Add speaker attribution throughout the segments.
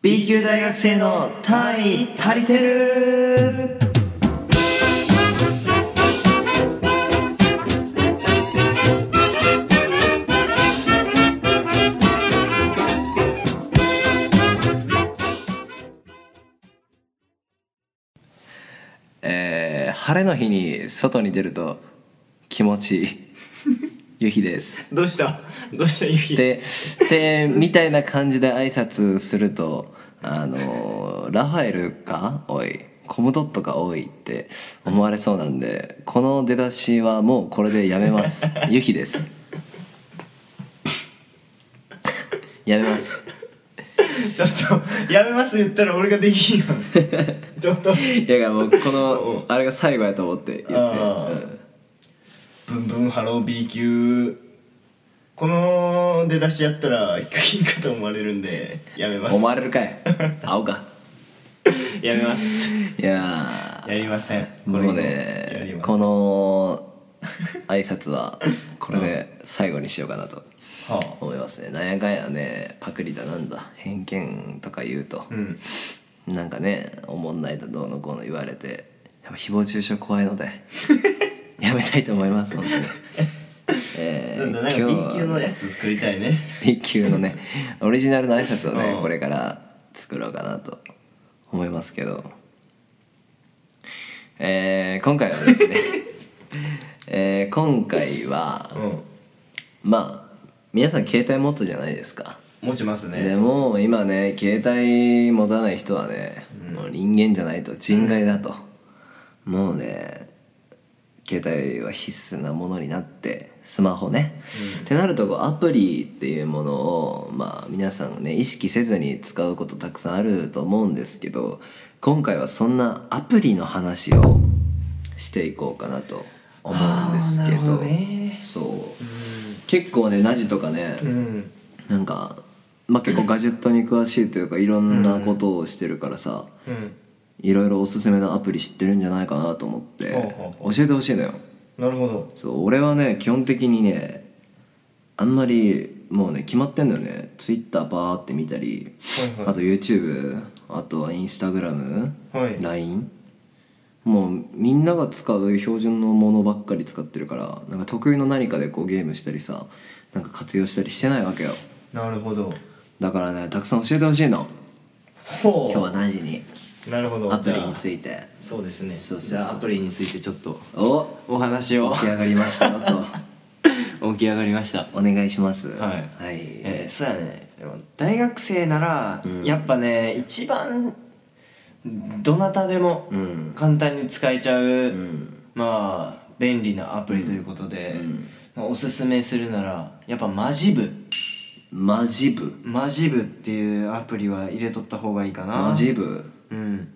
Speaker 1: B 級大学生の単位足りてるえー、晴れの日に外に出ると気持ちいいゆひ です
Speaker 2: どうしたどうしたゆき
Speaker 1: ででみたいな感じで挨拶するとあのラファエルかおいコムドットか多いって思われそうなんでこの出だしはもうこれでやめます ゆひですやめます
Speaker 2: ちょっとやめます言ったら俺ができんよ ちょっと
Speaker 1: いやもうこのあれが最後やと思って言って、
Speaker 2: あー
Speaker 1: うん
Speaker 2: ブンブンハロー B 級この出だしやったらヒカキンかと思われるんでやめます
Speaker 1: 思 われるかい青か
Speaker 2: やめます
Speaker 1: いやー
Speaker 2: やりませんこれ
Speaker 1: もう
Speaker 2: やり
Speaker 1: ね
Speaker 2: ま
Speaker 1: この挨拶 はこれで最後にしようかなと
Speaker 2: すはあ
Speaker 1: 思いますねなんやかんやねパクリだなんだ偏見とか言うと
Speaker 2: う、ん
Speaker 1: なんかねおもんないだどうのこうの言われてやっぱ誹謗中傷怖い のでやめたいと思います本当にえ
Speaker 2: な
Speaker 1: ー
Speaker 2: んだなんか B
Speaker 1: 今日
Speaker 2: 級
Speaker 1: は
Speaker 2: のやつ作りたいね
Speaker 1: B 級のねオリジナルの挨拶をね
Speaker 2: うん
Speaker 1: これから作ろうかなと思いますけど、えー今回はです ね、えー今回は
Speaker 2: う
Speaker 1: まあ皆さん携帯持つじゃないですか
Speaker 2: ん持ちますね
Speaker 1: でも今ね携帯持たない人はね、もう人間じゃないと人外だと、もうね携帯は必須なものになってスマホね、ってなるとこうアプリっていうものをまあ皆さんね意識せずに使うことたくさんあると思うんですけど今回はそんなアプリの話をしていこうかなと思うんですけ
Speaker 2: あーなる
Speaker 1: ど
Speaker 2: ほどね
Speaker 1: そう、結構ねナジとかね、
Speaker 2: うん
Speaker 1: なんか、まあ、結構ガジェットに詳しいというかいろんなことをしてるからさ、
Speaker 2: うん
Speaker 1: いろいろおすすめのアプリ知ってるんじゃないかなと思って
Speaker 2: ほうほ
Speaker 1: 教えてほしいのよ
Speaker 2: なるほど
Speaker 1: そう俺はね基本的にねあんまりもうね決まってんだよね Twitter バーって見たり、
Speaker 2: はい
Speaker 1: あと YouTube あとは Instagram、
Speaker 2: はい
Speaker 1: LINE もうみんなが使う標準のものばっかり使ってるからなんか得意の何かでこうゲームしたりさなんか活用したりしてないわけよ
Speaker 2: なるほど
Speaker 1: だからねたくさん教えてほしいの
Speaker 2: ほ
Speaker 1: 今日は何時に
Speaker 2: うなるほど
Speaker 1: アプ
Speaker 2: じ
Speaker 1: リ
Speaker 2: ゃあ
Speaker 1: について
Speaker 2: そうですね
Speaker 1: そうそうそう
Speaker 2: じゃあアプリについてちょっと
Speaker 1: お
Speaker 2: お話を
Speaker 1: 起き上がりましたよと
Speaker 2: 起き上がりました
Speaker 1: お願いします
Speaker 2: はい
Speaker 1: はい、
Speaker 2: えー、そうやねでも大学生なら、
Speaker 1: ん
Speaker 2: やっぱね一番どなたでも
Speaker 1: うん
Speaker 2: 簡単に使えちゃう、
Speaker 1: うん
Speaker 2: まあ便利なアプリということで、
Speaker 1: ん
Speaker 2: まあ、おすすめするならやっぱマジブ
Speaker 1: マジ部
Speaker 2: マジブっていうアプリは入れとった方がいいかな
Speaker 1: マジ部
Speaker 2: うん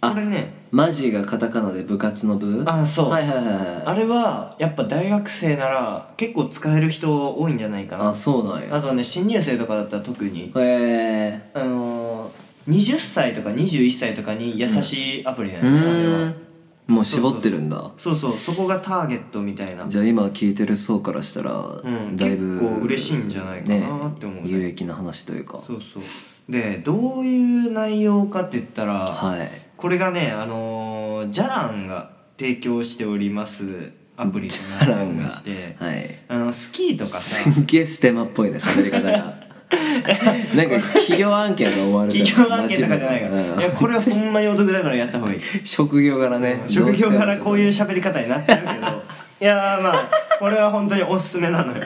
Speaker 1: あ
Speaker 2: これね
Speaker 1: マジがカタカナで部活の部
Speaker 2: あそう
Speaker 1: はいはいはいはい
Speaker 2: あれはやっぱ大学生なら結構使える人多いんじゃないかな
Speaker 1: あそうなん
Speaker 2: あ
Speaker 1: や
Speaker 2: とね新入生とかだったら特
Speaker 1: へ
Speaker 2: に
Speaker 1: え
Speaker 2: あのー、20歳とか21歳とかに優しいアプリなん
Speaker 1: う
Speaker 2: だよね、あれ
Speaker 1: ー
Speaker 2: は
Speaker 1: んもう絞ってるんだ
Speaker 2: そうそうそこがターゲットみたいな
Speaker 1: じゃあ今聞いてる層からしたら、
Speaker 2: うん
Speaker 1: だいぶ
Speaker 2: 結構嬉しいんじゃないかなって思うね
Speaker 1: 有益な話というか
Speaker 2: そうそうでどういう内容かって言ったら、
Speaker 1: はい
Speaker 2: これがねあのー、ジャランが提供しておりますアプリと
Speaker 1: ア
Speaker 2: な
Speaker 1: ラ
Speaker 2: っており
Speaker 1: ン
Speaker 2: ま
Speaker 1: が
Speaker 2: して
Speaker 1: はい
Speaker 2: あのスキーとか
Speaker 1: す
Speaker 2: さ
Speaker 1: っげえステマっぽいな喋り 方がなんか企業案件が思われそう
Speaker 2: 企
Speaker 1: や
Speaker 2: 業案件とかじゃないから、
Speaker 1: マジ
Speaker 2: い
Speaker 1: で
Speaker 2: やこれはほんまにお得だからやった方がいい
Speaker 1: うん職業柄ね
Speaker 2: 職業柄こういうう喋り方になっちゃうけど いやーまあこれは本当におすすめなの よ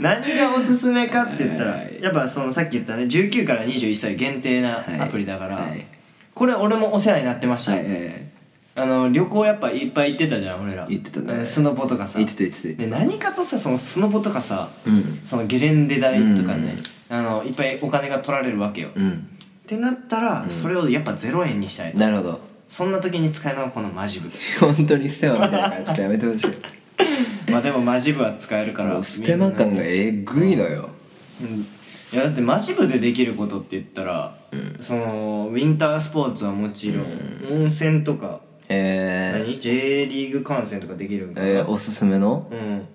Speaker 2: 何がおすすめかって言ったら
Speaker 1: はい
Speaker 2: やっぱそのさっき言ったね19から21歳限定な
Speaker 1: はい
Speaker 2: アプリだから、
Speaker 1: はい
Speaker 2: これ俺もお世話になってました、
Speaker 1: はいはいはい
Speaker 2: あの旅行やっぱいっぱい行ってたじゃん俺ら
Speaker 1: 行ってたね
Speaker 2: あのスノボとかさ
Speaker 1: 言ってた言ってた言って
Speaker 2: で何かとさそのスノボとかさ、
Speaker 1: うん
Speaker 2: そのゲレンデ代とかね、あのいっぱいお金が取られるわけよ、
Speaker 1: た
Speaker 2: っ
Speaker 1: うん
Speaker 2: てなったらそれをやっぱ0円にしたいと、
Speaker 1: なるほど
Speaker 2: そんな時に使えるのがこのマジブ
Speaker 1: 本当にステマみたいな感じでやめてほしい
Speaker 2: まあでもマジ部は使えるから
Speaker 1: もうステマ感がえぐいのよ
Speaker 2: みんなうんいやだってマジ部でできることって言ったら、そのウィンタースポーツはもちろん、温泉とか、
Speaker 1: え
Speaker 2: 何 J リーグ観戦とかできるん
Speaker 1: ー、
Speaker 2: だ
Speaker 1: えー、おすすめの
Speaker 2: うん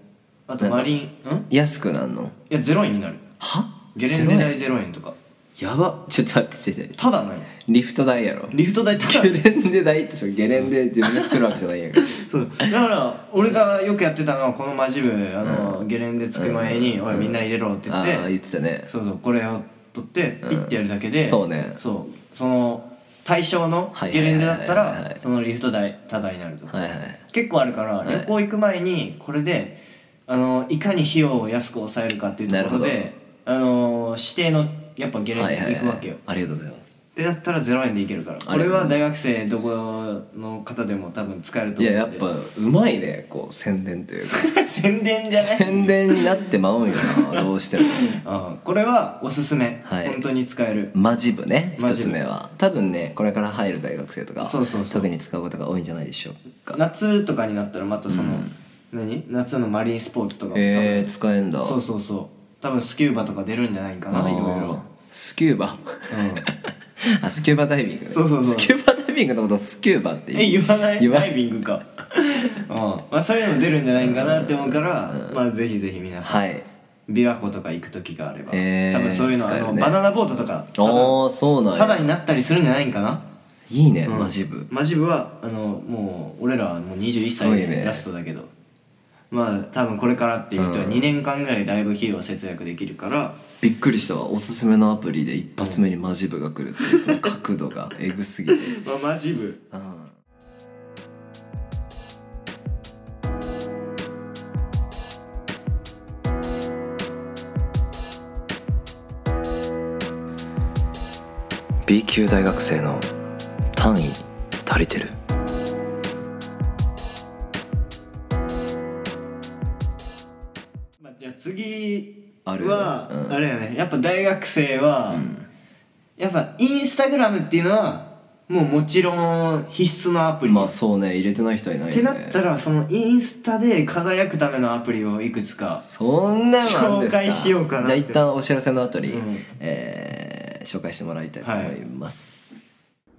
Speaker 2: あとマリンん
Speaker 1: 安くなんの
Speaker 2: いや0円になる
Speaker 1: は
Speaker 2: ゲレンデ代0円とか
Speaker 1: やばちょっと待って違う違う
Speaker 2: ただない
Speaker 1: リフト代やろ
Speaker 2: リフト代ただ
Speaker 1: ゲレンデ代ってそのゲレンデ自分で作るわけじゃないん やから
Speaker 2: そうだから俺がよくやってたのはこのマジ部あの、ゲレンデつく前に「おいみんな入れろ」って言っ
Speaker 1: ああ
Speaker 2: て
Speaker 1: 言ってたね
Speaker 2: そうそうこれを取ってピッてやるだけで、
Speaker 1: うんそうね
Speaker 2: そうその対象の
Speaker 1: はいはい
Speaker 2: ゲ
Speaker 1: はいはい
Speaker 2: レンデだった
Speaker 1: はいは
Speaker 2: ら
Speaker 1: い
Speaker 2: そのリフト代ただになると
Speaker 1: はいはい
Speaker 2: 結構あるから
Speaker 1: はい
Speaker 2: 旅行行く前にこれであのいかに費用を安く抑えるかっていうところ
Speaker 1: なる
Speaker 2: であの指定のやっぱゲレン
Speaker 1: はい
Speaker 2: デ
Speaker 1: はい
Speaker 2: 行くわけ
Speaker 1: は
Speaker 2: よ
Speaker 1: いありがとうございます
Speaker 2: ってなったら0円でいけるから
Speaker 1: あ
Speaker 2: こ
Speaker 1: りが
Speaker 2: れ
Speaker 1: とうございます
Speaker 2: は大学生どこの方でも多分使えると
Speaker 1: い
Speaker 2: 思う
Speaker 1: や
Speaker 2: んで
Speaker 1: やっぱうまいねこう宣伝というか
Speaker 2: 宣伝じ ゃない
Speaker 1: 宣伝になってまうんよ などうしても
Speaker 2: あこれはおすすめ、
Speaker 1: はい
Speaker 2: 本当に使える
Speaker 1: マジ部ね
Speaker 2: マ
Speaker 1: 一
Speaker 2: ジ部
Speaker 1: つ目は多分ねこれから入る大学生とか
Speaker 2: そうそうそう
Speaker 1: 特に使うことが多いんじゃないでしょうか
Speaker 2: 夏とかになったらまたその、何夏のマリンスポーツとかも多分、
Speaker 1: えー、使えんだ
Speaker 2: そうそうそう多分スキューバとか出るんじゃないかな
Speaker 1: あ
Speaker 2: い
Speaker 1: ー
Speaker 2: ろいろ
Speaker 1: スキューバ あスキューバダイビングね
Speaker 2: そうそうそう
Speaker 1: スキューバダイビングのことをスキューバって
Speaker 2: え
Speaker 1: 言う
Speaker 2: 言わない
Speaker 1: 言わ
Speaker 2: ダイビング か、うんまあ、そういうの出るんじゃないかなって思うから、まあぜひぜひ皆さん、
Speaker 1: はい
Speaker 2: 琵琶湖とか行く時があれば、
Speaker 1: えー
Speaker 2: 多分そういうの,、
Speaker 1: 使え
Speaker 2: あ
Speaker 1: る
Speaker 2: の
Speaker 1: ね
Speaker 2: バナナボートとか
Speaker 1: あ
Speaker 2: 多
Speaker 1: ーそうな
Speaker 2: 分
Speaker 1: ん
Speaker 2: ただに
Speaker 1: や
Speaker 2: なったりするんじゃないかない
Speaker 1: いね、マジ部
Speaker 2: マジ部はあのもう俺らはもう21
Speaker 1: すご
Speaker 2: 歳
Speaker 1: いね
Speaker 2: でラストだけど、まあ多分これからっていう人は
Speaker 1: うん
Speaker 2: 2年間ぐらいだいぶ費用節約できるから、
Speaker 1: びっくりしたわおすすめのアプリで一発目にマジ部が来るっていうその角度 がえぐすぎて、
Speaker 2: まあ、マジ
Speaker 1: う
Speaker 2: 部
Speaker 1: ん、B 級大学生の単位足りてる
Speaker 2: まあ、じゃあ次
Speaker 1: ある
Speaker 2: はあ,、
Speaker 1: うん
Speaker 2: れやねやっぱ大学生は、やっぱインスタグラムっていうのはもうもちろん必須のアプリ、
Speaker 1: まあそうね入れてない人はいないよ
Speaker 2: っ
Speaker 1: ね
Speaker 2: てなったらそのインスタで輝くためのアプリをいくつか
Speaker 1: そんなのあるんですか
Speaker 2: 紹介しようかなっ
Speaker 1: じ
Speaker 2: て
Speaker 1: ゃあ一旦お知らせの後に、
Speaker 2: うん
Speaker 1: えー紹介してもらいたいと思います、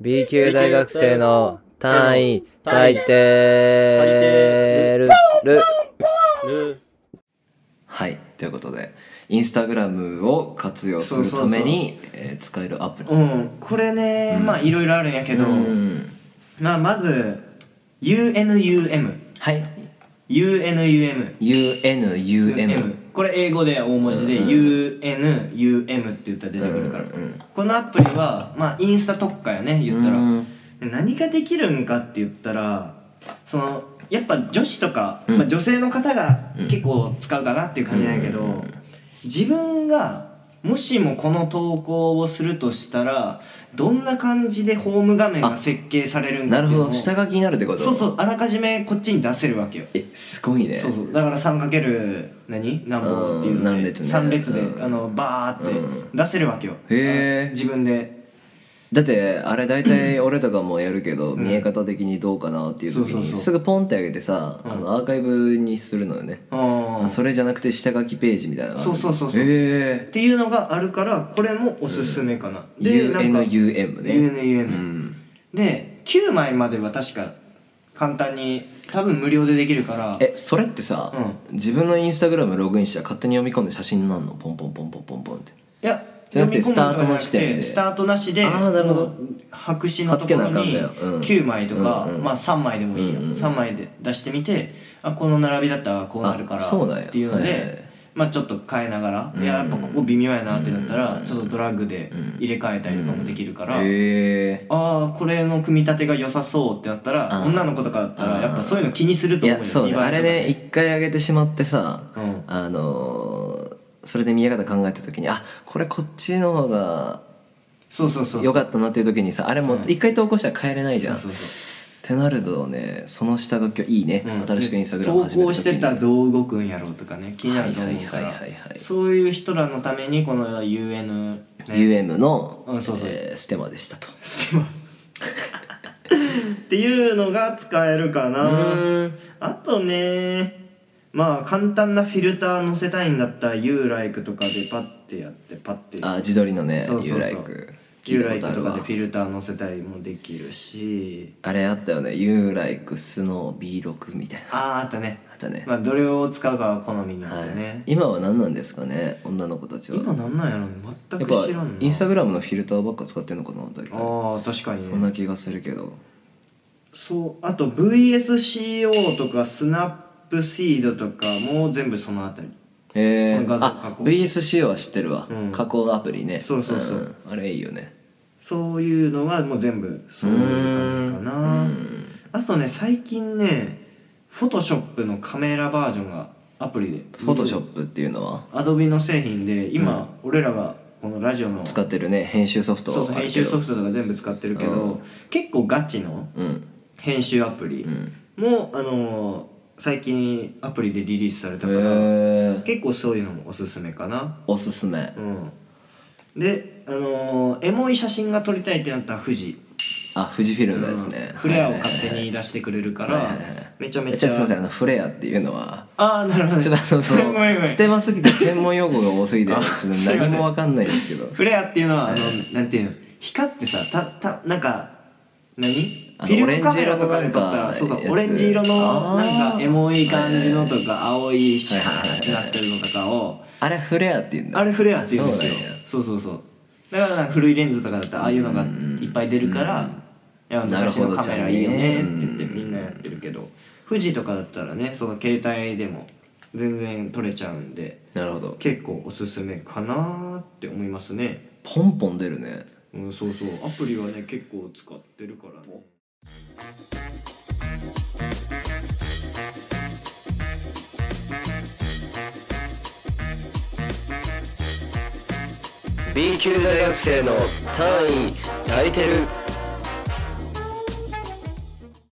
Speaker 3: B 級大学生の単位
Speaker 4: 単
Speaker 3: 大
Speaker 4: 位
Speaker 3: 抵るる
Speaker 4: ル
Speaker 1: はいということでインスタグラムを活用するためにえー使えるアプリ
Speaker 2: うんこれね、まあいろいろあるんやけど、
Speaker 1: うん
Speaker 2: まあまず UNUM
Speaker 1: はい
Speaker 2: UNUM
Speaker 1: UNUM
Speaker 2: これ英語で大文字で UNUM って言ったら出てくるから、このアプリはまあインスタ特化やね言ったら、
Speaker 1: うん
Speaker 2: で何ができるんかって言ったらそのやっぱ女子とか、まあ、女性の方が結構使うかなっていう感じなんやけど、自分がもしもこの投稿をするとしたらどんな感じでホーム画面が設計されるんか
Speaker 1: な
Speaker 2: って
Speaker 1: る
Speaker 2: いう
Speaker 1: ほ
Speaker 2: の
Speaker 1: ど
Speaker 2: を
Speaker 1: 下書きになるってこと
Speaker 2: そうそうあらかじめこっちに出せるわけよ
Speaker 1: えすごいね
Speaker 2: そうそうだから 3× 何何本っていう
Speaker 1: うん
Speaker 2: の
Speaker 1: 何
Speaker 2: で
Speaker 1: 列ね
Speaker 2: 3列で、
Speaker 1: うん
Speaker 2: あのバーって出せるわけよ、
Speaker 1: へー
Speaker 2: あ自分で
Speaker 1: だってあれ大 体俺とかもやるけど見え方的にどうかなっていう時
Speaker 2: そうそうそ
Speaker 1: に
Speaker 2: う
Speaker 1: すぐポンって上げてさあのアーカイブにするのよね
Speaker 2: あ
Speaker 1: あそれじゃなくて下書きページみたいなのがある
Speaker 2: そうそうそうそう
Speaker 1: へ
Speaker 2: っていうのがあるからこれもおすすめかな、
Speaker 1: え
Speaker 2: でなんか
Speaker 1: UNUM ね
Speaker 2: UNUM
Speaker 1: うん
Speaker 2: で9枚までは確か簡単に多分無料でできるから
Speaker 1: えそれってさ、自分のインスタグラムログインしたら勝手に読み込んで写真になるのポンポンポンポンポンポンって
Speaker 2: いや
Speaker 1: じゃなくて
Speaker 2: 読み込むとかじゃなくて
Speaker 1: スタートの時点で
Speaker 2: スター
Speaker 1: あー
Speaker 2: トなしで
Speaker 1: なるほど
Speaker 2: もう白紙のところ
Speaker 1: 貼っつけなあか
Speaker 2: に
Speaker 1: んのようん
Speaker 2: 9枚とか、
Speaker 1: うんうん
Speaker 2: まあ、3枚でもいいよ、
Speaker 1: うんうん
Speaker 2: 3枚で出してみてあこの並びだったらこうなるから
Speaker 1: あそうなんや
Speaker 2: っていうので、
Speaker 1: はいはいはい
Speaker 2: まあ、ちょっと変えながら、いややっぱここ微妙やなってなったら、ちょっとドラッグで入れ替えたりとかもできるから、
Speaker 1: へえ
Speaker 2: ああこれの組み立てが良さそうってなったら
Speaker 1: あー
Speaker 2: 女の子とかだったらやっぱそういうの気にする
Speaker 1: い
Speaker 2: と思う
Speaker 1: や
Speaker 2: よ
Speaker 1: そうね
Speaker 2: 二倍
Speaker 1: あ
Speaker 2: とか
Speaker 1: れね一回上げてしまってさ、
Speaker 2: うん
Speaker 1: あのーそれで見え方考えた時にあこれこっちの方が
Speaker 2: そうそうそう
Speaker 1: 良かったなっていう時にさあれもう一回投稿したら変えれないじゃん、
Speaker 2: そうそうそ
Speaker 1: ってなるとねその下書きはいいね、
Speaker 2: うん
Speaker 1: 新しくインスタグラム始
Speaker 2: 投
Speaker 1: め
Speaker 2: 稿
Speaker 1: た
Speaker 2: して
Speaker 1: 時
Speaker 2: た
Speaker 1: に
Speaker 2: らどう動くんやろうとかね気になると思うか
Speaker 1: は
Speaker 2: ら
Speaker 1: いはいはいはいはい
Speaker 2: そういう人らのためにこの UN ね
Speaker 1: UM の、
Speaker 2: うんそうそう
Speaker 1: えーステマでしたと
Speaker 2: ステマっていうのが使えるかなあとねまあ簡単なフィルター載せたいんだったら YouLike とかでパッてやってパッて
Speaker 1: あ自撮りのね
Speaker 2: そうそうそう
Speaker 1: YouLike 聞い
Speaker 2: 旧
Speaker 1: たこ
Speaker 2: 来
Speaker 1: とあ
Speaker 2: と
Speaker 1: る
Speaker 2: か
Speaker 1: わ
Speaker 2: でフィルター乗せたりもできるし
Speaker 1: あれあったよね「You like snow B6」みたいな
Speaker 2: あああったね
Speaker 1: あったね、
Speaker 2: まあどれを使うかは好みによ
Speaker 1: は
Speaker 2: っ
Speaker 1: い
Speaker 2: てね、
Speaker 1: 今は何なんですかね女の子たちは
Speaker 2: 今なんなんやろ
Speaker 1: や
Speaker 2: 全
Speaker 1: っ
Speaker 2: く知ら
Speaker 1: ぱ
Speaker 2: んな
Speaker 1: インスタグラムのフィルターばっか使ってんのかな大体
Speaker 2: ああ確かに
Speaker 1: そんな
Speaker 2: ね
Speaker 1: 気がするけど
Speaker 2: そうあと VSCO とかスナップシードとかも全部そのあたり
Speaker 1: え
Speaker 2: その
Speaker 1: ー、
Speaker 2: 画像加
Speaker 1: あ
Speaker 2: 工
Speaker 1: VSCO は知ってるわ、
Speaker 2: うん
Speaker 1: 加工アプリね
Speaker 2: そうそうそうん
Speaker 1: あれいいよね
Speaker 2: そういうのはもう全部そういう感じかなあとね最近ねフォトショップのカメラバージョンがアプリで
Speaker 1: フォトショップっていうのは
Speaker 2: アドビの製品で今、俺らがこのラジオの
Speaker 1: 使ってるね編集ソフト
Speaker 2: そうそう編集ソフトとか全部使ってるけど、
Speaker 1: う
Speaker 2: 結構ガチの
Speaker 1: トうん
Speaker 2: 編集アプリ
Speaker 1: うん
Speaker 2: も、あのー最近アプリでリリースされた
Speaker 1: へ
Speaker 2: から、
Speaker 1: え
Speaker 2: 結構そういうのもおすすめかな
Speaker 1: おすすめ
Speaker 2: うんであのーエモい写真が撮りたいってなったら富士
Speaker 1: あ富士フィルムのですね、
Speaker 2: うんフレア
Speaker 1: は
Speaker 2: を
Speaker 1: いはい
Speaker 2: 勝
Speaker 1: はい
Speaker 2: 手に出してくれるから、
Speaker 1: はいはいはい
Speaker 2: めちゃめ
Speaker 1: え
Speaker 2: ち
Speaker 1: ちょ
Speaker 2: ゃ
Speaker 1: っとすみませんあのフレアっていうのは
Speaker 2: ああなるほど
Speaker 1: ちょっとあのそ
Speaker 2: ごめんごめ
Speaker 1: の
Speaker 2: ん
Speaker 1: ステマすぎて専門用語が多すぎてちょ
Speaker 2: あ
Speaker 1: っと
Speaker 2: すいま
Speaker 1: 何
Speaker 2: せん
Speaker 1: もわかんないんですけど
Speaker 2: フレアっていうのは、あのなんていうの光ってさたたなんか何
Speaker 1: あの
Speaker 2: フィルムカメラとかで撮った
Speaker 1: オレンジ色のなんからやつあー
Speaker 2: そうそうオレンジ色のなんかエモい感じのとか青いシャ
Speaker 1: はいはいはい
Speaker 2: ーってなってるのとかを
Speaker 1: あれフレアっていうんだ
Speaker 2: あれフレアっていうんですよ
Speaker 1: そうなんや
Speaker 2: そうそうそうだからなんか古いレンズとかだったらああいうのがいっぱい出るからいや
Speaker 1: なる
Speaker 2: 昔
Speaker 1: ほど
Speaker 2: のカメラいいよねって言って
Speaker 1: じゃあね
Speaker 2: みんなやってるけど富士とかだったらねその携帯でも全然撮れちゃうんで
Speaker 1: なるほど
Speaker 2: 結構おすすめかなーって思いますね
Speaker 1: ポンポン出るね
Speaker 2: うん、そうそうアプリはね結構使ってるからね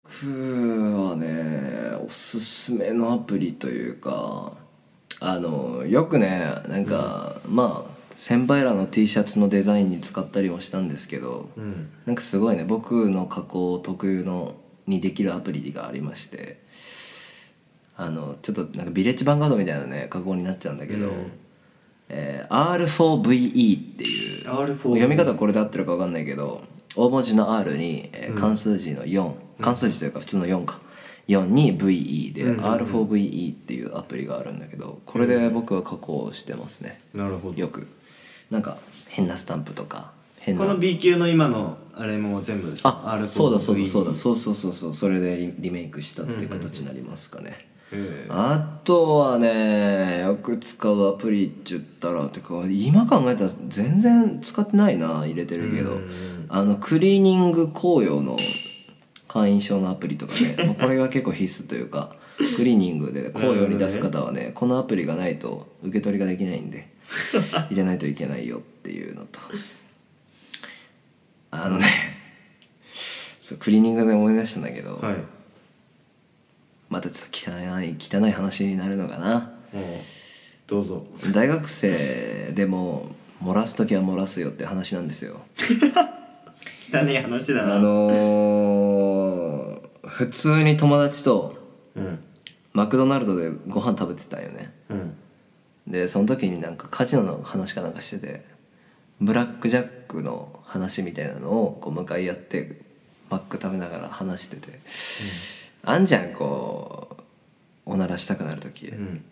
Speaker 1: 僕はねおすすめのアプリというかあのよくねなんか、まあ先輩らの T シャツのデザインに使ったりもしたんですけど、
Speaker 2: うん
Speaker 1: なんかすごいね僕の加工特有のにできるアプリがありましてあのちょっとなんかビレッジヴァンガードみたいなね加工になっちゃうんだけど、
Speaker 2: うん
Speaker 1: えー R4VE っていう
Speaker 2: R4
Speaker 1: 読み方これで合ってるか分かんないけど大文字の R に、えー漢数字の4、漢数字というか普通の4か4に VE で、R4VE っていうアプリがあるんだけどこれで僕は加工してますね
Speaker 2: なるほ
Speaker 1: よくなんか変なスタンプとか変な
Speaker 2: この B 級の今のあれも全部
Speaker 1: あそうだそうだそう
Speaker 2: だ
Speaker 1: だそうそうそうそうそれでリリメイクしたっていう形になりますかね、
Speaker 2: え
Speaker 1: あとはねよく使うアプリって言ったらてか今考えたら全然使ってないな入れてるけど、あのクリーニング紅葉の会員証のアプリとか ねもうこれが結構必須というかクリーニングで紅葉に出す方はねこのアプリがないと受け取りができないんで入れないといけないよっていうのとあのねそうクリーニングで思い出したんだけど、
Speaker 2: はい
Speaker 1: またちょっと汚い汚い話になるのかな
Speaker 2: もうどうぞ
Speaker 1: 大学生でも漏らす時は漏らすよって話なんですよ
Speaker 2: 汚ね話だな
Speaker 1: あのー普通に友達と
Speaker 2: うん
Speaker 1: マクドナルドでご飯食べてたんよね
Speaker 2: うん
Speaker 1: でその時になんかカジノの話かなんかしててブラックジャックの話みたいなのをこう向かい合ってマック食べながら話してて、あんじゃんこうおならしたくなる時、
Speaker 2: うん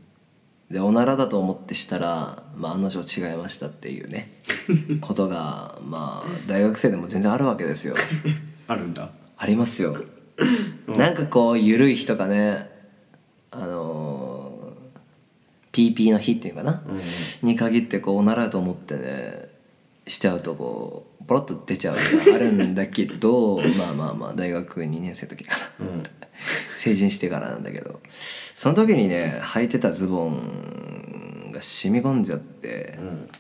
Speaker 1: でおならだと思ってしたら、まあ、案の定違いましたっていうねことがまあ大学生でも全然あるわけですよ
Speaker 2: あるんだ
Speaker 1: ありますよなんかこう緩い日とかねあのー、PP の日っていうかな、に限ってこうおならだと思ってねしちゃうとこうポロッと出ちゃうのがあるんだけどまあまあまあ大学2年生の時かな
Speaker 2: うん
Speaker 1: 成人してからなんだけどその時にね履いてたズボンが染み込んじゃって
Speaker 2: うん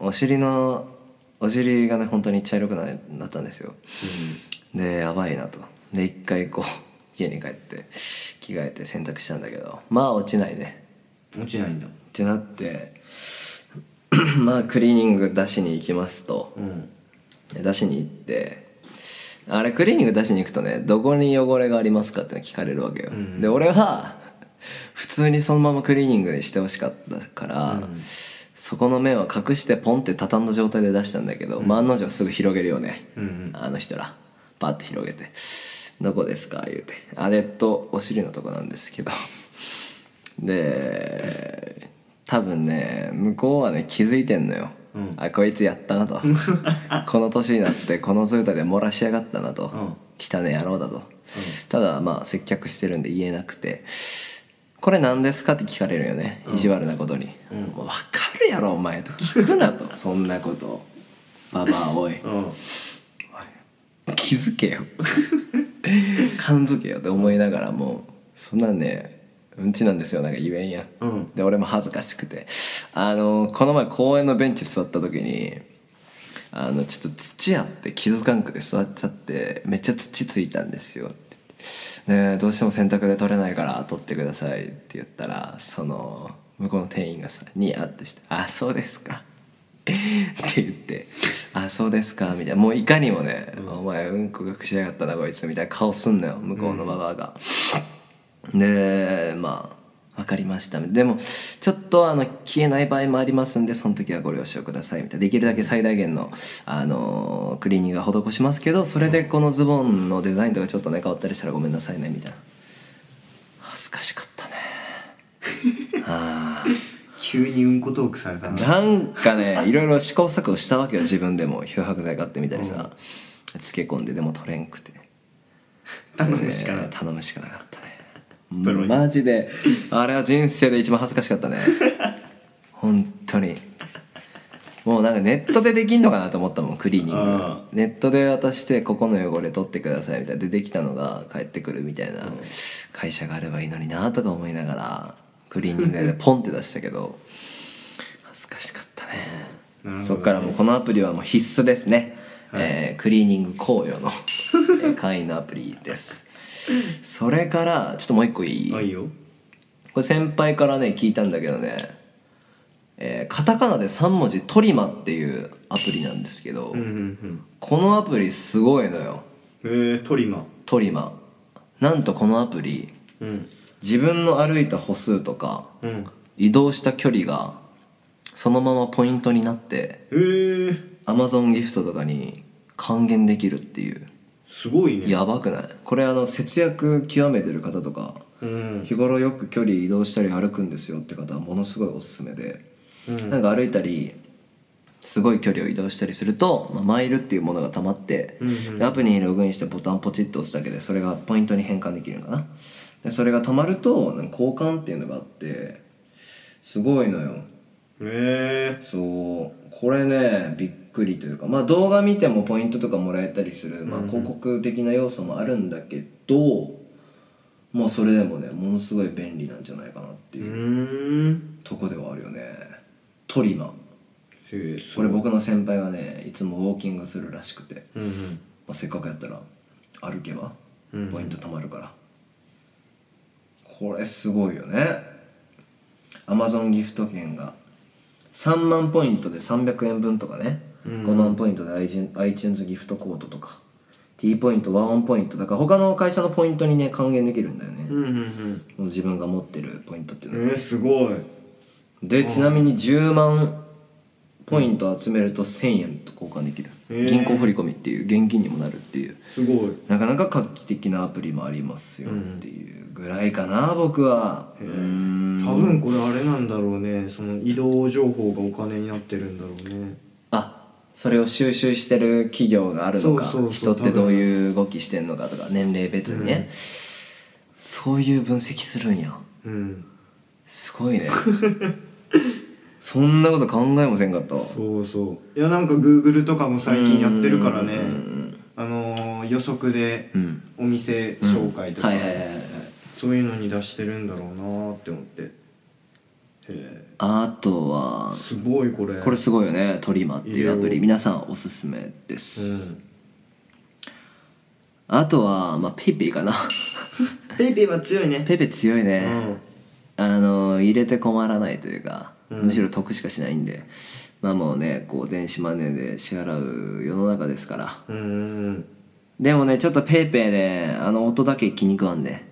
Speaker 1: お尻のお尻がね本当に茶色くななったんですよでやばいなとで一回こう 家に帰って着替えて洗濯したんだけどまあ落ちないね
Speaker 2: 落ちないんだ
Speaker 1: ってなって まあクリーニング出しに行きますと。
Speaker 2: うん
Speaker 1: 出しに行ってあれクリーニング出しに行くとねどこに汚れがありますかって聞かれるわけよ、
Speaker 2: ん
Speaker 1: で俺は普通にそのままクリーニングしてほしかったから、そこの面は隠してポンって畳んだ状態で出したんだけど、まあ案の定すぐ広げるよね、
Speaker 2: うん
Speaker 1: あの人らバッて広げて「どこですか?」言うてあれとお尻のとこなんですけどで多分ね向こうはね気づいてんのよ、
Speaker 2: うん
Speaker 1: あこいつやった なとこの年になってこの図体で漏らしやがったなと、
Speaker 2: うん
Speaker 1: 汚ね野郎だと、ただまあ接客してるんで言えなくて「これ何ですか?」って聞かれるよね、意地悪なことに「もう分かるやろお前」と聞くな とそんなことババアおい
Speaker 2: うん
Speaker 1: 気づけよ感づけよって思いながらもうそんなんねうんちなんですよなんか言えんや、
Speaker 2: うん
Speaker 1: で俺も恥ずかしくてあのこの前公園のベンチ座った時にあのちょっと土あって気づかんくて座っちゃってめっちゃ土ついたんですよって言ってでどうしても洗濯で取れないから取ってくださいって言ったらその向こうの店員がさニヤッとして「あそうですか」 って言って「あそうですか」みたいなもういかにもね「お前うんこ隠しやがったなこいつ」みたいな顔すんのよ向こうのババアが。でまあ分かりましたでもちょっとあの消えない場合もありますんでその時はご了承くださいみたいなできるだけ最大限の、あのクリーニングは施しますけどそれでこのズボンのデザインとかちょっとね変わったりしたらごめんなさいねみたいな恥ずかしかったね
Speaker 2: 急にうんこトークされたな
Speaker 1: なんかねいろいろ試行錯誤したわけよ自分でも漂白剤買ってみたりさ、漬け込んででも取れんくて
Speaker 2: 頼むしかない
Speaker 1: えー頼むしかなかったね
Speaker 2: プロに
Speaker 1: マジ であれは人生で一番恥ずかしかったね本当にもうなんかネットでできんのかなと思ったもんクリーニン
Speaker 2: あ
Speaker 1: グネットで渡してここの汚れ取ってくださいみたいなでできたのが帰ってくるみたいな会社があればいいのになとか思いながらクリーニング屋でポンって出したけど恥ずかしかった
Speaker 2: なるほど
Speaker 1: ねそっからもうこのアプリはもう必須ですね、えークリーニング公用の、えー会員のアプリですそれからちょっともう一個いい、
Speaker 2: あいいよ
Speaker 1: これ先輩からね聞いたんだけどね、えーカタカナで3文字「トリマ」っていうアプリなんですけど、
Speaker 2: うんうん
Speaker 1: このアプリすごいのよ
Speaker 2: うんえー、トリマ
Speaker 1: トリマなんとこのアプリ
Speaker 2: うん
Speaker 1: 自分の歩いた歩数とか
Speaker 2: うん
Speaker 1: 移動した距離がそのままポイントになって
Speaker 2: えー、
Speaker 1: Amazon ギフトとかに還元できるっていう
Speaker 2: すごいね
Speaker 1: やばくないこれあの節約極めてる方とか
Speaker 2: うん
Speaker 1: 日頃よく距離移動したり歩くんですよって方はものすごいおすすめで、
Speaker 2: うん
Speaker 1: なんか歩いたりすごい距離を移動したりすると、まあ、マイルっていうものが溜まって、でアプリにログインしてボタンポチッと押すだけでそれがポイントに変換できるのかなでそれが溜まるとなんか交換っていうのがあってすごいのよ
Speaker 2: え
Speaker 1: そうこれねびっくりというかまあ動画見てもポイントとかもらえたりする、まあ、広告的な要素もあるんだけど、まあそれでもねものすごい便利なんじゃないかなって
Speaker 2: ー、う
Speaker 1: いう
Speaker 2: ーん
Speaker 1: とこではあるよね、トリマ
Speaker 2: えー、す
Speaker 1: これ僕の先輩がねいつもウォーキングするらしくて、
Speaker 2: うんうん
Speaker 1: まあ、せっかくやったら歩けばポイント貯まるから、これすごいよねアマゾンギフト券が3万ポイントで300円分とかね、5万ポイントで iTunes iTunes ギフトコードとか T ポイントワンオンポイントだから他の会社のポイントにね還元できるんだよね、
Speaker 2: うんうん
Speaker 1: 自分が持ってるポイントっていう
Speaker 2: う
Speaker 1: のは
Speaker 2: んえー、すごい
Speaker 1: でちなみに10万ポイント集めると1000円と交換できる、
Speaker 2: へえ
Speaker 1: 銀行振り込みっていう現金にもなるっていう
Speaker 2: すごい
Speaker 1: なかなか画期的なアプリもありますよっていうぐらいかな、僕はうーん
Speaker 2: 多分これあれなんだろうねその移動情報がお金になってるんだろうね
Speaker 1: あそれを収集してる企業があるのか
Speaker 2: そうそうそう
Speaker 1: 人ってどういう動きしてんのかとか年齢別にね、そういう分析するんや
Speaker 2: うん
Speaker 1: すごいね そんなこと考えもせんかったわ
Speaker 2: そうそういやなんか Google とかも最近やってるからね
Speaker 1: うん
Speaker 2: あのー、予測で
Speaker 1: うん
Speaker 2: お店紹介とか、
Speaker 1: はいはいはいはい
Speaker 2: そういうのに出してるんだろうなーって思ってへえ
Speaker 1: あとは
Speaker 2: すごいこれ
Speaker 1: これすごいよねトリマっていうアプリ皆さんおすすめで
Speaker 2: う
Speaker 1: す、
Speaker 2: ん
Speaker 1: あとはまあペイペイ かな
Speaker 2: ペイペイは強いね
Speaker 1: ペイペイ強いね、
Speaker 2: うん
Speaker 1: あの入れて困らないというか、むしろ得しかしないんでまあもうねこう電子マネーで支払う世の中ですから
Speaker 2: うんうん
Speaker 1: でもねちょっとペイペイねあの音だけ気に食わんね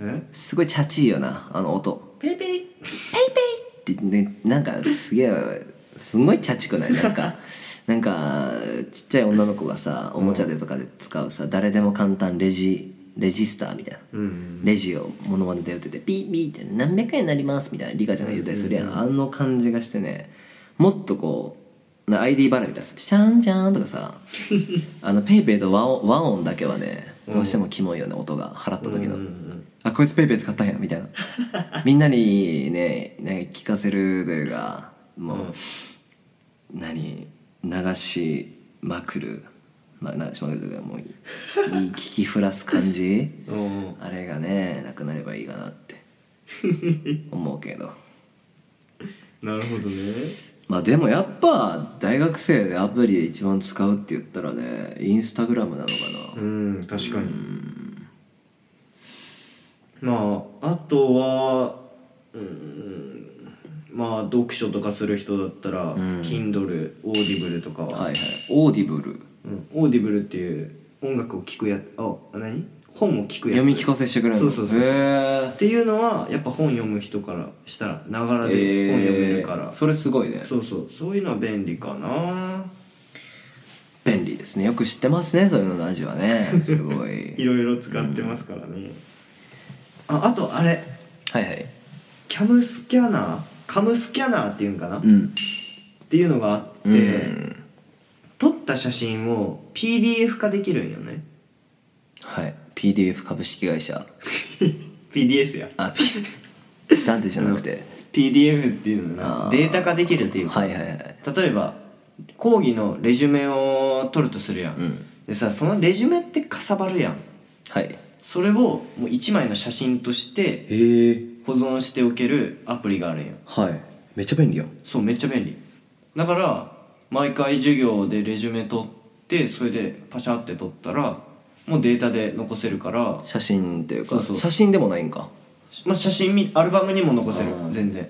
Speaker 2: うんえ
Speaker 1: すごいチャチいよなあの音
Speaker 2: ペイペ
Speaker 1: ペ
Speaker 2: イ
Speaker 1: イペイってって、ね、なんかすげえすんごいチャチくないなんかなんかちっちゃい女の子がさおもちゃでとかで使うさ誰でも簡単レジレジスターみたいな、
Speaker 2: うん
Speaker 1: レジをモノマネで打っててピーピーって何百円になりますみたいなリカちゃんが言ったりするやん、あの感じがしてねもっとこうな ID バラみたいなさ「シャンシャン」とか さあのペイペイと和音和音だけはねどうしてもキモいよね音が払った時の、あこいつペイペイ使ったんやみた いなみんなにねね聞かせるというかもう、何流しまくる、まあ、流しまくるというかもういいいい聞きふらす感じ
Speaker 2: うん
Speaker 1: あれがねなくなればいいかなって思うけど
Speaker 2: なるほどね
Speaker 1: まあでもやっぱ大学生でアプリで一番使うって言ったらねインスタグラムなのかな
Speaker 2: うん確かにまああとはうんまあ読書とかする人だったら、Kindle オーディブルとかは、
Speaker 1: はいはいオーディブル
Speaker 2: うん、オーディブルっていう音楽を聴くやあ何本を聴くやつ
Speaker 1: 読み聞かせしてくれるの
Speaker 2: そうそうそう
Speaker 1: へー
Speaker 2: っていうのはやっぱ本読む人からしたらながらで
Speaker 1: えー
Speaker 2: 本読めるから、
Speaker 1: それすごいね
Speaker 2: そうそうそういうのは便利かな
Speaker 1: 便利ですねよく知ってますねそういうのの味はねすご
Speaker 2: い
Speaker 1: い
Speaker 2: ろいろ使ってますからね、ああとあれ
Speaker 1: はいはい
Speaker 2: キャムスキャナーカムスキャナーっていうんかな、
Speaker 1: う
Speaker 2: っ
Speaker 1: ん
Speaker 2: ていうのがあって、
Speaker 1: うん
Speaker 2: 撮った写真を PDF 化できるんよね
Speaker 1: はい、PDF 株式会社
Speaker 2: PDS や
Speaker 1: あ P なんでじゃなくて
Speaker 2: PDF っていうの
Speaker 1: あ
Speaker 2: が
Speaker 1: ー
Speaker 2: データ化できるっていうか
Speaker 1: はいはいはい
Speaker 2: 例えば講義のレジュメを取るとするや
Speaker 1: う
Speaker 2: ん、
Speaker 1: ん
Speaker 2: でさそのレジュメってかさばるやん
Speaker 1: はい
Speaker 2: それをもう1枚の写真として
Speaker 1: へえ
Speaker 2: 保存しておけるアプリがあるんよ
Speaker 1: はいめっちゃ便利やん
Speaker 2: そうめっちゃ便利だから毎回授業でレジュメ取ってそれでパシャって取ったらもうデータで残せるから、
Speaker 1: 写真というか
Speaker 2: そうそう
Speaker 1: 写真でもないんか
Speaker 2: まあ、写真みアルバムにも残せる
Speaker 1: あー
Speaker 2: 全然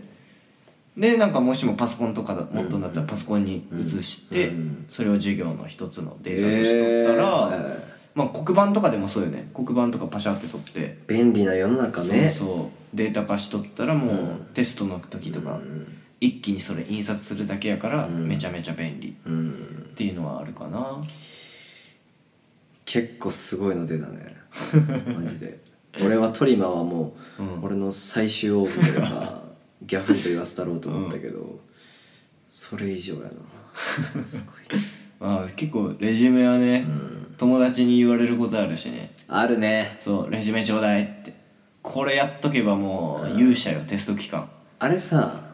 Speaker 2: でなんかもしもパソコンとかだ持っとんだったらパソコンに移して、
Speaker 1: うん
Speaker 2: それを授業の一つのデータとして取ったら、
Speaker 1: へー
Speaker 2: まあ、黒板とかでもそうよね黒板とかパシャって取って
Speaker 1: 便利な世の中
Speaker 2: そうそうデータ化しとったらもう、テストの時とか、一気にそれ印刷するだけやから、めちゃめちゃ便利
Speaker 1: うん
Speaker 2: っていうのはあるかな
Speaker 1: 結構すごいの出た ねマジで俺はトリマーはもう、
Speaker 2: うん
Speaker 1: 俺の最終オープンという かギャフンと言わせたろうと思ったけど、それ以上や なすごい
Speaker 2: まあ結構レジュメはね、友達に言われることあるしね
Speaker 1: あるね
Speaker 2: そうレジュメちょうだいってこれやっとけばもう勇者よ、テスト期間
Speaker 1: あれさ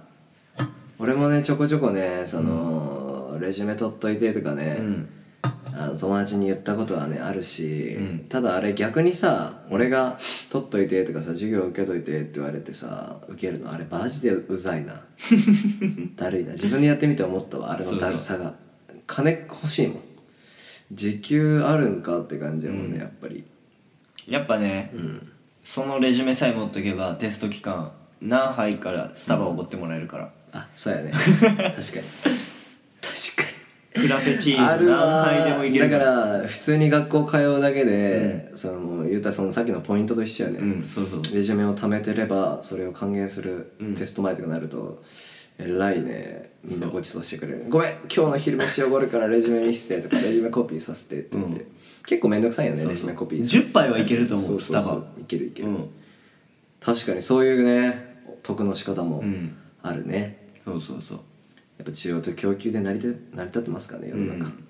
Speaker 1: 俺もねちょこちょこねその、レジュメ取っといてとかね、
Speaker 2: うん
Speaker 1: あの友達に言ったことはねあるし、
Speaker 2: うん
Speaker 1: ただあれ逆にさ俺が「取っといて」とかさ「授業受けといて」って言われてさ受けるのあれマジでうざい なだるいな自分でやってみて思ったわあれのだるさが金欲しいもん時給あるんかって感じやもんね、やっぱり
Speaker 2: やっぱね、
Speaker 1: うん
Speaker 2: そのレジュメさえ持っとけばテスト期間何杯からスタバおごってもらえる から、
Speaker 1: あそう やね確かに確かに
Speaker 2: フラペチー
Speaker 1: ある
Speaker 2: ノ何
Speaker 1: わ
Speaker 2: 杯でもいける
Speaker 1: だから普通に学校通うだけで、その言うたらそのさっきのポイントと一緒やね、
Speaker 2: うんそうそう
Speaker 1: レジュメを貯めてればそれを還元するテスト前とかなると、えらいねみんなごちそうしてくれる「ごめん今日の昼飯汚るからレジュメにして」 とか「レジュメコピーさせて」って言って、
Speaker 2: うん
Speaker 1: 結構面倒くさいよね
Speaker 2: そうそう
Speaker 1: レジュメコピー
Speaker 2: 10杯はいけると思う
Speaker 1: そうそう
Speaker 2: ス
Speaker 1: そ
Speaker 2: タ
Speaker 1: ういけるいけ
Speaker 2: う
Speaker 1: る、
Speaker 2: ん
Speaker 1: 確かにそういうね得の仕方も
Speaker 2: うん
Speaker 1: あるね、
Speaker 2: そうそうそう
Speaker 1: やっぱ需要と供給で成り立成り立ってますからね世の中、
Speaker 2: うん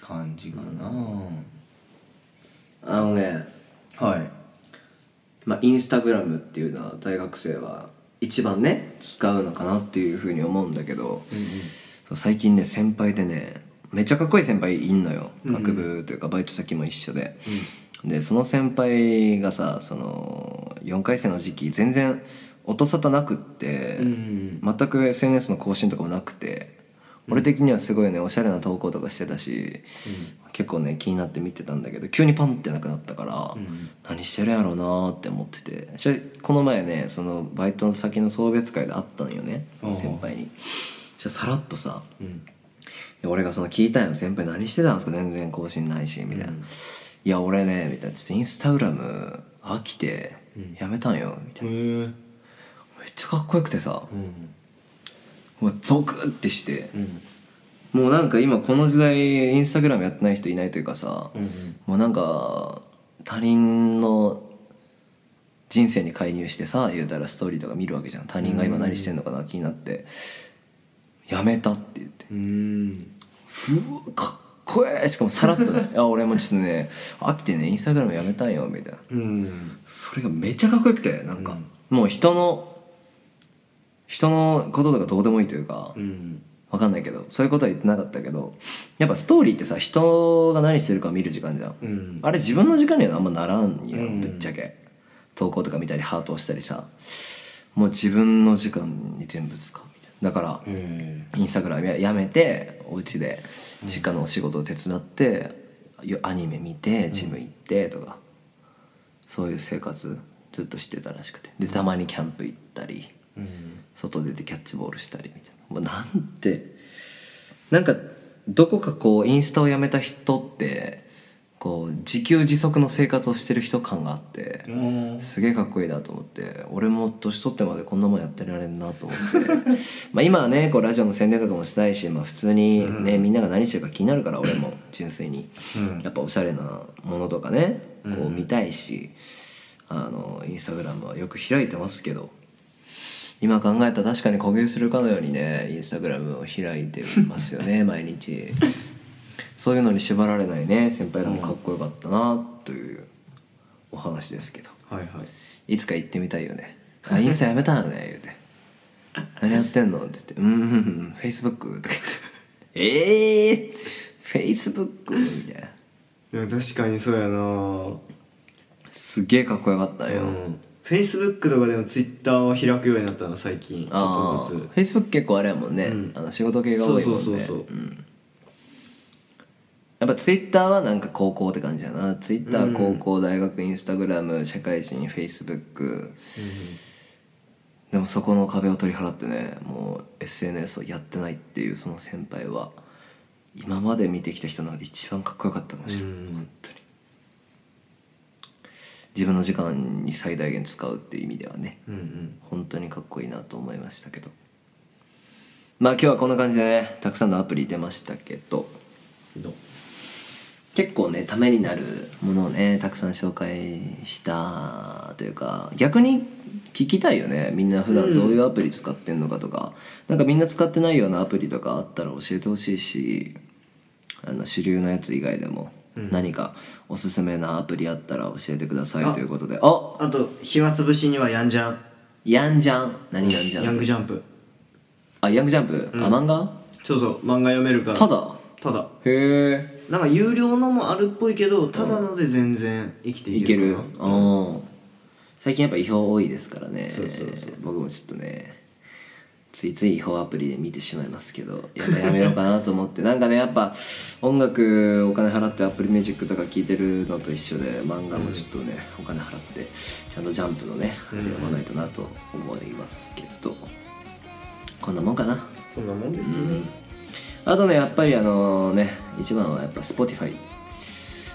Speaker 2: 感じかな、
Speaker 1: あのね
Speaker 2: はい
Speaker 1: まあ、インスタグラムっていうのは大学生は一番ね使うのかなっていうふうに思うんだけど、そう最近ね先輩でねめっちゃかっこいい先輩いんのよ学部というかバイト先も一緒で、でその先輩がさその4回生の時期全然音沙汰なくって、
Speaker 2: うん
Speaker 1: 全く SNS の更新とかもなくて俺的にはすごいねおしゃれな投稿とかしてたし、結構ね気になって見てたんだけど急にパンってなくなったから、何してるんやろうなーって思っててそしこの前ねそのバイトの先の送別会で会ったのよねその先輩に。じゃさらっとさ、
Speaker 2: ん
Speaker 1: 俺がその聞いたんよ先輩何してたんですか全然更新ないしみたいな「いや俺ね」みたいな「ちょっとインスタグラム飽きてやめたんよ」みたいな
Speaker 2: へえ
Speaker 1: めっっちゃかっこよくてさ
Speaker 2: うん
Speaker 1: うわゾクってして
Speaker 2: うん
Speaker 1: もうなんか今この時代インスタグラムやってない人いないというかさ、
Speaker 2: うん
Speaker 1: もうなんか他人の人生に介入してさ言うたらストーリーとか見るわけじゃん他人が今何してんのかな気になって「やめた」って言って
Speaker 2: うん
Speaker 1: うわかっこええしかもさらっと ね「あ俺もちょっとね飽きてねインスタグラムやめたんよ」みたいな
Speaker 2: うん
Speaker 1: それがめっちゃかっこよくてなんか、もう人の人のこととかどうでもいいというか、
Speaker 2: うん
Speaker 1: わかんないけどそういうことは言ってなかったけどやっぱストーリーってさ人が何してるかを見る時間じゃん、
Speaker 2: うん
Speaker 1: あれ自分の時間にはあんまならんよ、
Speaker 2: うん
Speaker 1: ぶっちゃけ投稿とか見たりハート押したりさもう自分の時間に全部使うみたいなだから、
Speaker 2: え
Speaker 1: インスタグラムややめてお家で実家のお仕事を手伝って、よアニメ見てジム行ってとか、そういう生活ずっとしてたらしくてでたまにキャンプ行ったり
Speaker 2: うん
Speaker 1: 外出てキャッチボールしたりみたいなもうなんてなんかどこかこうインスタをやめた人ってこう自給自足の生活をしてる人感があって。
Speaker 2: うん
Speaker 1: すげえかっこいいなと思って俺も年取ってまでこんなもんやってられんなと思って まあ今はねこうラジオの宣伝とかもしたいし、まあ、普通に、ねみんなが何してるか気になるから俺も純粋に、
Speaker 2: うん
Speaker 1: やっぱおしゃれなものとかねこう見たいし、あのインスタグラムはよく開いてますけど今考えたら確かに呼吸するかのようにねインスタグラムを開いてますよ ね毎日そういうのに縛られないね先輩らもかっこよかったなというお話ですけど。
Speaker 2: はいはい
Speaker 1: いつか行ってみたいよね。あ、インスタやめたのね、言うて。何やってんのって言って、うんうんうん、フェイスブックとか言って。ええー、フェイスブックみたいな。
Speaker 2: でも確かにそうやな
Speaker 1: すげえかっこよかったよ。
Speaker 2: フェイスブックとかでもツイッターは開くようになったな最近ちょ
Speaker 1: あ
Speaker 2: っ
Speaker 1: あ、
Speaker 2: と
Speaker 1: フ
Speaker 2: ず
Speaker 1: ェイスブック結構あれやもんね、
Speaker 2: うん
Speaker 1: あの仕事系が多いもんね。
Speaker 2: そうそうそうそうん
Speaker 1: やっぱツイッターはなんか高校って感じやなツイッター高校大学インスタグラム社会人フェイスブック
Speaker 2: つ
Speaker 1: でもそこの壁を取り払ってねもう SNS をやってないっていうその先輩は今まで見てきた人の中で一番かっこよかったかもしれない、
Speaker 2: うん
Speaker 1: 本当に自分の時間に最大限使うっていう意味ではね
Speaker 2: うんうん
Speaker 1: 本当にかっこいいなと思いましたけどまあ今日はこんな感じでねたくさんのアプリ出ましたけど
Speaker 2: うんどう
Speaker 1: 結構ねためになるものをねたくさん紹介したというか逆に聞きたいよねみんな普段どういうアプリ使ってんのかとか、なんかみんな使ってないようなアプリとかあったら教えてほしいしあの主流のやつ以外でも何かおすすめなアプリあったら教えてくださいということであ
Speaker 2: あと暇つぶしにはヤンジャン
Speaker 1: ヤンジャン何ヤンジ
Speaker 2: ヤ
Speaker 1: ャン
Speaker 2: ングジャンプ
Speaker 1: あヤングジャンプ、あ漫画
Speaker 2: そうそう漫画読めるから
Speaker 1: ただ
Speaker 2: ただ
Speaker 1: へえ
Speaker 2: なんか有料のもあるっぽいけどただので全然生きてい
Speaker 1: いけ
Speaker 2: ける
Speaker 1: る
Speaker 2: かな
Speaker 1: うん最近やっぱ違法多いですからね
Speaker 2: そうそう
Speaker 1: 僕もちょっとねついつい違法アプリで見てしまいますけどやっぱやめようかなと思って なんかねやっぱ音楽お金払ってアップルミュージックとか聴いてるのと一緒で漫画もちょっとね、お金払ってちゃんとジャンプのねあれ読まないとなと思いますけど、こんなもんかな
Speaker 2: そんなもんですよね
Speaker 1: あとねやっぱりあのね一番はやっぱ Spotify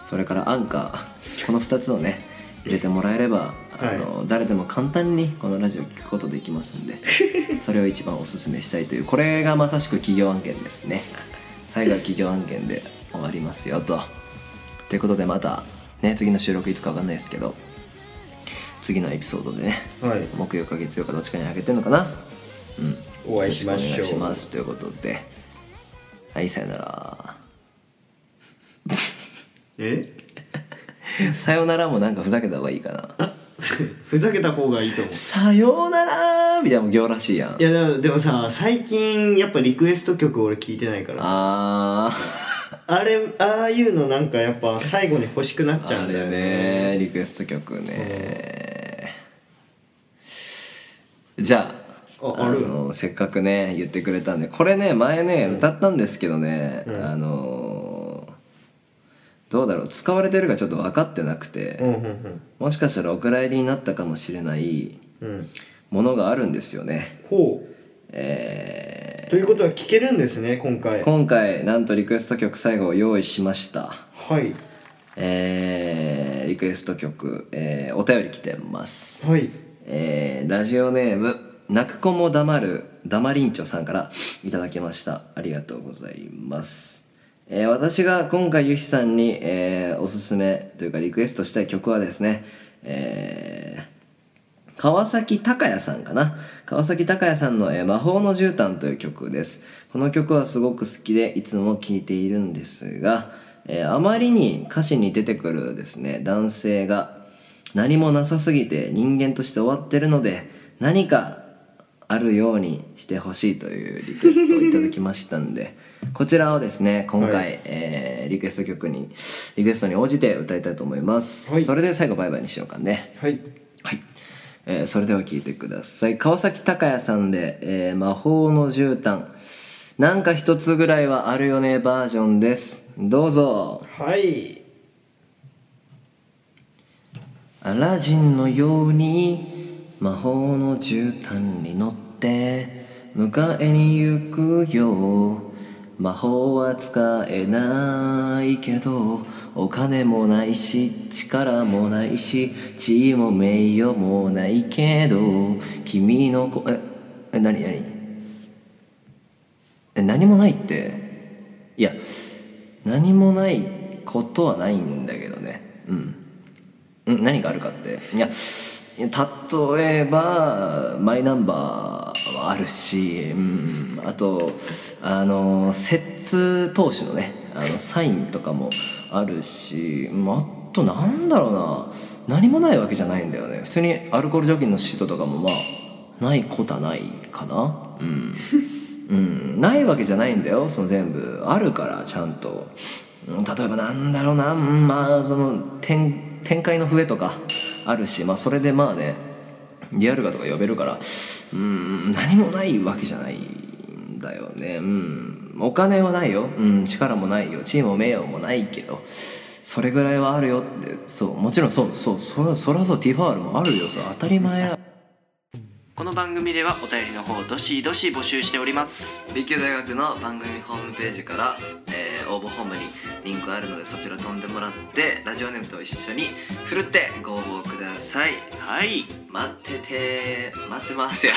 Speaker 1: それからアンカーこの2つをね入れてもらえれば、
Speaker 2: はい
Speaker 1: あの誰でも簡単にこのラジオ聞くことできますんで それを一番おすすめしたいというこれがまさしく企業案件ですね最後は企業案件で終わりますよとということでまたね次の収録いつかわかんないですけど次のエピソードでね
Speaker 2: はい
Speaker 1: 木曜か月曜かどっちかにあげてんのかなうん
Speaker 2: お会いしましょう
Speaker 1: よろくお願いしますということではいさよなら
Speaker 2: え
Speaker 1: さよならもなんかふざけた方がいいかな
Speaker 2: ふざけた方がいいと思う
Speaker 1: さよならみたいなもん行らしいやん
Speaker 2: いやでもでもさ最近やっぱリクエスト曲俺聞いてないからさ
Speaker 1: あー
Speaker 2: あれああいうのなんかやっぱ最後に欲しくなっちゃう
Speaker 1: あ
Speaker 2: んだ
Speaker 1: れ
Speaker 2: よね
Speaker 1: ねリクエスト曲ねじゃあ
Speaker 2: あ
Speaker 1: あ
Speaker 2: ある
Speaker 1: のせっかくね言ってくれたんでこれね前ね歌ったんですけどね、あのどうだろう使われてるかちょっと分かってなくて、
Speaker 2: うんうん
Speaker 1: もしかしたらお蔵入りになったかもしれない
Speaker 2: うんうん
Speaker 1: ものがあるんですよね。
Speaker 2: ほ
Speaker 1: え
Speaker 2: うということは聞けるんですね今回
Speaker 1: ー今回なんとリクエスト曲最後を用意しました。
Speaker 2: はい
Speaker 1: えーリクエスト曲、えーお便り来てます。
Speaker 2: はい
Speaker 1: えーラジオネーム泣く子も黙る黙りんちょさんからいただきましたありがとうございます、えー私が今回ゆひさんに、えーおすすめというかリクエストしたい曲はですね、えー川崎隆也さんかな川崎隆也さんの、えー魔法の絨毯」という曲ですこの曲はすごく好きでいつも聴いているんですが、えーあまりに歌詞に出てくるですね男性が何もなさすぎて人間として終わってるので何かあるようにしてほしいというリクエストをいただきましたんで こちらをですね今回、
Speaker 2: は
Speaker 1: えーリクエスト曲にリクエストに応じて歌いたいと思います、
Speaker 2: はい
Speaker 1: それで最後バイバイにしようかね
Speaker 2: はい
Speaker 1: はい、えーそれでは聞いてください川崎隆也さんで、えー魔法の絨毯」なんか一つぐらいはあるよねバージョンですどうぞ
Speaker 2: はい
Speaker 1: アラジンのように魔法の絨毯に乗って迎えに行くよ魔法は使えないけどお金もないし力もないし地位も名誉もないけど君のこええ何何え何もないっていや何もないことはないんだけどねうんん何があるかっていやいや例えばマイナンバーはあるし、うん、あとあの摂投資のねあのサインとかもあるし、うんあとなんだろうな何もないわけじゃないんだよね普通にアルコール除菌のシートとかもまあないことはないかなうん。うん、ないわけじゃないんだよその全部あるからちゃんとうん例えばなんだろうなうんまあその展展開の笛とかあるしまあそれでまあねリアルガとか呼べるからうん何もないわけじゃないんだよねうんお金はないよ、うん、力もないよチームも名誉もないけどそれぐらいはあるよってそうもちろんそうそうそそらそうティファールもあるよそう当たり前や
Speaker 2: この番組ではお便りの方どしどし募集しております
Speaker 1: 立教大学の番組ホームページから、えー応募ホームにリンクあるのでそちら飛んでもらってラジオネームと一緒にふるってご応募ください
Speaker 2: はい
Speaker 1: 待ってて待ってますよ